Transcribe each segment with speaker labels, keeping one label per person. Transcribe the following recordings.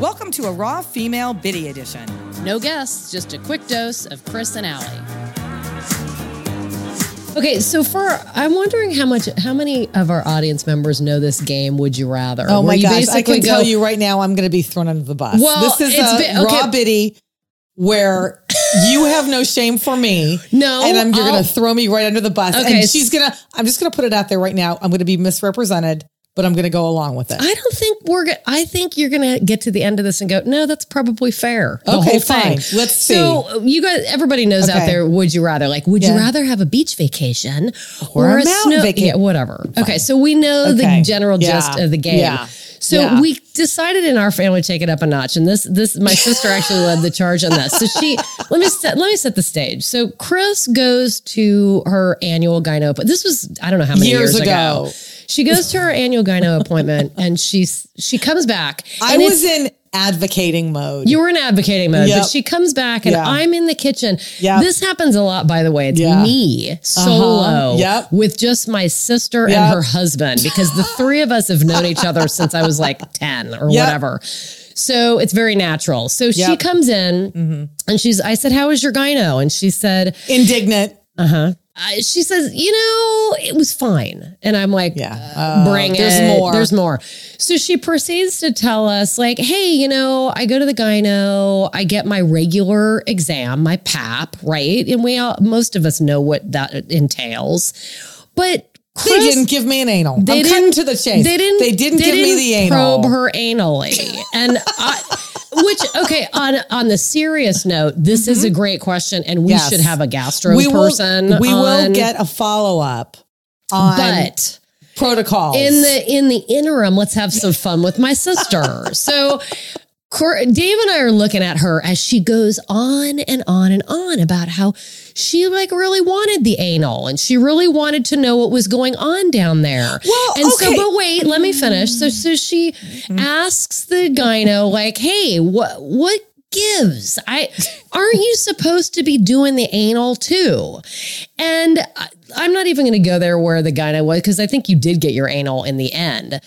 Speaker 1: Welcome to a Raw Female Biddy Edition.
Speaker 2: No guests, just a quick dose of Chris and Allie. Okay, so for I'm wondering how much, how many of our audience members know this game? Would you rather?
Speaker 3: Oh
Speaker 2: Where
Speaker 3: my
Speaker 2: you
Speaker 3: gosh! I
Speaker 2: basically
Speaker 3: can tell
Speaker 2: go-
Speaker 3: you right now, I'm going to be thrown under the bus.
Speaker 2: Well,
Speaker 3: this is
Speaker 2: it's
Speaker 3: a
Speaker 2: been- okay.
Speaker 3: raw biddy where you have no shame for me.
Speaker 2: No,
Speaker 3: and I'm, you're
Speaker 2: I'll-
Speaker 3: going to throw me right under the bus.
Speaker 2: Okay,
Speaker 3: and she's going to. I'm just going to put it out there right now. I'm going to be misrepresented, but I'm going to go along with it.
Speaker 2: I don't think we're. go- I think you're going to get to the end of this and go, no, that's probably fair. The
Speaker 3: Okay,
Speaker 2: whole thing.
Speaker 3: fine. Let's
Speaker 2: So you guys, everybody knows out
Speaker 3: Okay.
Speaker 2: there. Would you rather? Like, would you
Speaker 3: Yeah.
Speaker 2: rather have a beach vacation
Speaker 3: Or a mountain vaca-
Speaker 2: Yeah, whatever. Okay, so we know
Speaker 3: Okay.
Speaker 2: the general
Speaker 3: Yeah.
Speaker 2: gist of the game.
Speaker 3: Yeah.
Speaker 2: So
Speaker 3: Yeah.
Speaker 2: we decided in our family to take it up a notch, and this this my sister actually led the charge on this. So she let me set, let me set the stage. So Chris goes to her annual gyno, but this was I don't know how many years,
Speaker 3: Years
Speaker 2: ago.
Speaker 3: ago.
Speaker 2: She goes to her annual gyno appointment, and she's she comes back.
Speaker 3: I
Speaker 2: and it's-
Speaker 3: was in advocating mode.
Speaker 2: you were in advocating mode,
Speaker 3: Yep.
Speaker 2: but she comes back and
Speaker 3: Yeah.
Speaker 2: I'm in the kitchen.
Speaker 3: Yep.
Speaker 2: This happens a lot, by the way. It's
Speaker 3: Yeah. Uh-huh.
Speaker 2: me solo
Speaker 3: Yep.
Speaker 2: with just my sister and
Speaker 3: Yep.
Speaker 2: her husband because the three of us have known each other since I was like 10 or
Speaker 3: Yep.
Speaker 2: whatever. So it's very natural. So she
Speaker 3: Yep. Mm-hmm.
Speaker 2: comes in and she's, I said, How was your gyno? And she said,
Speaker 3: indignant.
Speaker 2: I, She says, You know, it was fine. And I'm like,
Speaker 3: Yeah. Oh,
Speaker 2: bring
Speaker 3: there's
Speaker 2: it.
Speaker 3: more.
Speaker 2: There's more. So she proceeds to tell us, like, hey, you know, I go to the gyno, I get my regular exam, my PAP, right? And we all, most of us know what that entails. But Chris,
Speaker 3: They didn't give me an anal.
Speaker 2: they
Speaker 3: I'm cutting to the chase.
Speaker 2: They didn't.
Speaker 3: They didn't
Speaker 2: they
Speaker 3: give me
Speaker 2: didn't
Speaker 3: the anal.
Speaker 2: Probe her anally, and I, which okay. On on the serious note, this is a great question, and we
Speaker 3: Mm-hmm. Yes.
Speaker 2: should have a gastro
Speaker 3: we
Speaker 2: person.
Speaker 3: will. We
Speaker 2: on,
Speaker 3: will get a follow up on
Speaker 2: but.
Speaker 3: protocols
Speaker 2: in the in the interim let's have some fun with my sister so Cor- Dave and I are looking at her as she goes on and on and on about how she like really wanted the anal and she really wanted to know what was going on down there.
Speaker 3: Well,
Speaker 2: and
Speaker 3: okay.
Speaker 2: so,
Speaker 3: Mm-hmm.
Speaker 2: but wait, let me finish. So, so she asks the gyno like, "Hey, what what gives? I aren't you supposed to be doing the anal too?" And I, I'm not even going to go there where the gyno was because I think you did get your anal in the end.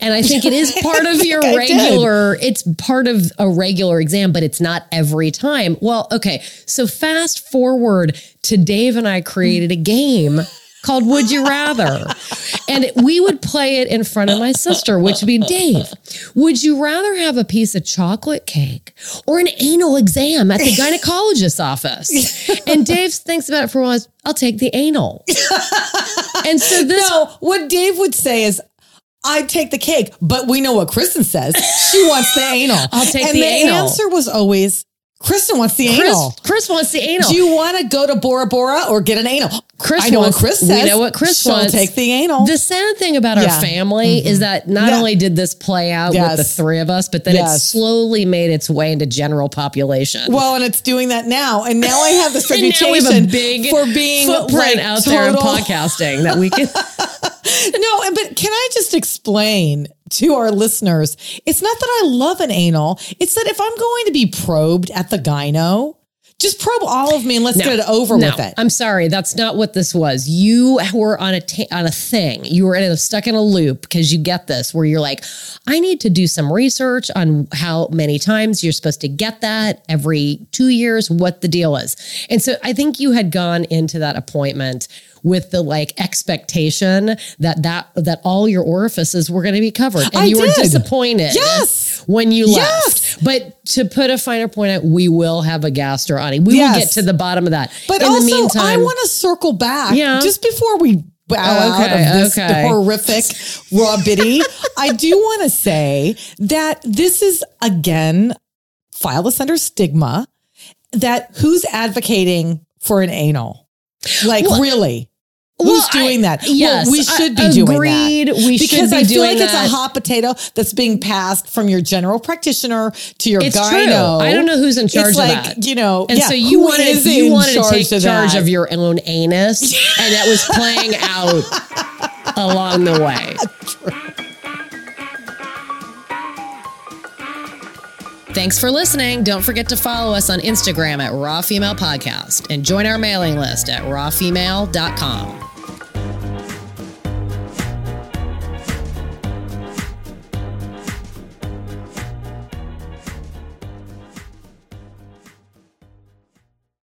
Speaker 2: And I think it is part of your
Speaker 3: I did.
Speaker 2: regular, it's part of a regular exam, but it's not every time. Well, okay. So fast forward to Dave and I created a game called Would You Rather? And we would play it in front of my sister, which would be Dave, would you rather have a piece of chocolate cake or an anal exam at the gynecologist's office? And Dave thinks about it for a while. I'll take the anal. And so this
Speaker 3: No, what Dave would say is, I'd take the cake, but we know what Kristen says. She wants the anal.
Speaker 2: I'll take
Speaker 3: and
Speaker 2: the anal.
Speaker 3: answer was always, Kristen wants the
Speaker 2: Chris,
Speaker 3: anal.
Speaker 2: Chris wants the anal.
Speaker 3: Do you want to go to Bora Bora or get an anal?
Speaker 2: Chris
Speaker 3: I know
Speaker 2: wants-
Speaker 3: what Chris
Speaker 2: we
Speaker 3: says.
Speaker 2: know what Chris
Speaker 3: She'll
Speaker 2: wants.
Speaker 3: take the anal.
Speaker 2: the sad thing about
Speaker 3: Yeah. Mm-hmm.
Speaker 2: our family is that not
Speaker 3: Yeah.
Speaker 2: only did this play out
Speaker 3: Yes.
Speaker 2: with the three of us, but then it
Speaker 3: Yes.
Speaker 2: slowly made its way into general population.
Speaker 3: well, and it's doing that now. And now I have this
Speaker 2: and now
Speaker 3: reputation
Speaker 2: we have a big
Speaker 3: for being like,
Speaker 2: footprint out there in
Speaker 3: total-
Speaker 2: podcasting that we can.
Speaker 3: No, and- but can I just explain to our listeners? It's not that I love an anal. It's that if I'm going to be probed at the gyno, just probe all of me and let's
Speaker 2: No.
Speaker 3: get it over
Speaker 2: No.
Speaker 3: with it.
Speaker 2: I'm sorry, that's not what this was. You were on a ta- on a thing. You were in a, stuck in a loop because you get this where you're like, I need to do some research on how many times you're supposed to get that every two years, what the deal is. And so I think you had gone into that appointment with the like expectation that that that all your orifices were going to be covered, and
Speaker 3: I
Speaker 2: you were
Speaker 3: did.
Speaker 2: disappointed.
Speaker 3: Yes.
Speaker 2: when you
Speaker 3: Yes.
Speaker 2: left. But to put a finer point out, we will have a gastro on We will
Speaker 3: Yes.
Speaker 2: get to the bottom of that.
Speaker 3: But
Speaker 2: in
Speaker 3: also,
Speaker 2: the meantime,
Speaker 3: I want to circle back
Speaker 2: Yeah.
Speaker 3: just before we bow
Speaker 2: Oh, okay,
Speaker 3: out of this
Speaker 2: okay.
Speaker 3: horrific raw bitty. I do want to say that this is again file this under stigma that who's advocating for an anal? Like
Speaker 2: Well,
Speaker 3: really?
Speaker 2: well,
Speaker 3: Who's doing
Speaker 2: I-
Speaker 3: that? Well,
Speaker 2: yes,
Speaker 3: we
Speaker 2: I-
Speaker 3: should be doing
Speaker 2: agreed.
Speaker 3: that.
Speaker 2: We should
Speaker 3: because
Speaker 2: be
Speaker 3: I feel
Speaker 2: doing
Speaker 3: like
Speaker 2: that.
Speaker 3: it's a hot potato that's being passed from your general practitioner to your
Speaker 2: It's
Speaker 3: gyno.
Speaker 2: true. I don't know who's in charge
Speaker 3: it's
Speaker 2: of
Speaker 3: like,
Speaker 2: that.
Speaker 3: You know,
Speaker 2: And
Speaker 3: yeah,
Speaker 2: so you
Speaker 3: who
Speaker 2: wanted
Speaker 3: is
Speaker 2: you
Speaker 3: in
Speaker 2: wanted to take charge
Speaker 3: that?
Speaker 2: of your own anus, and that was playing out along the way. Thanks for listening. Don't forget to follow us on Instagram at Raw Female Podcast and join our mailing list at rawfemale.com.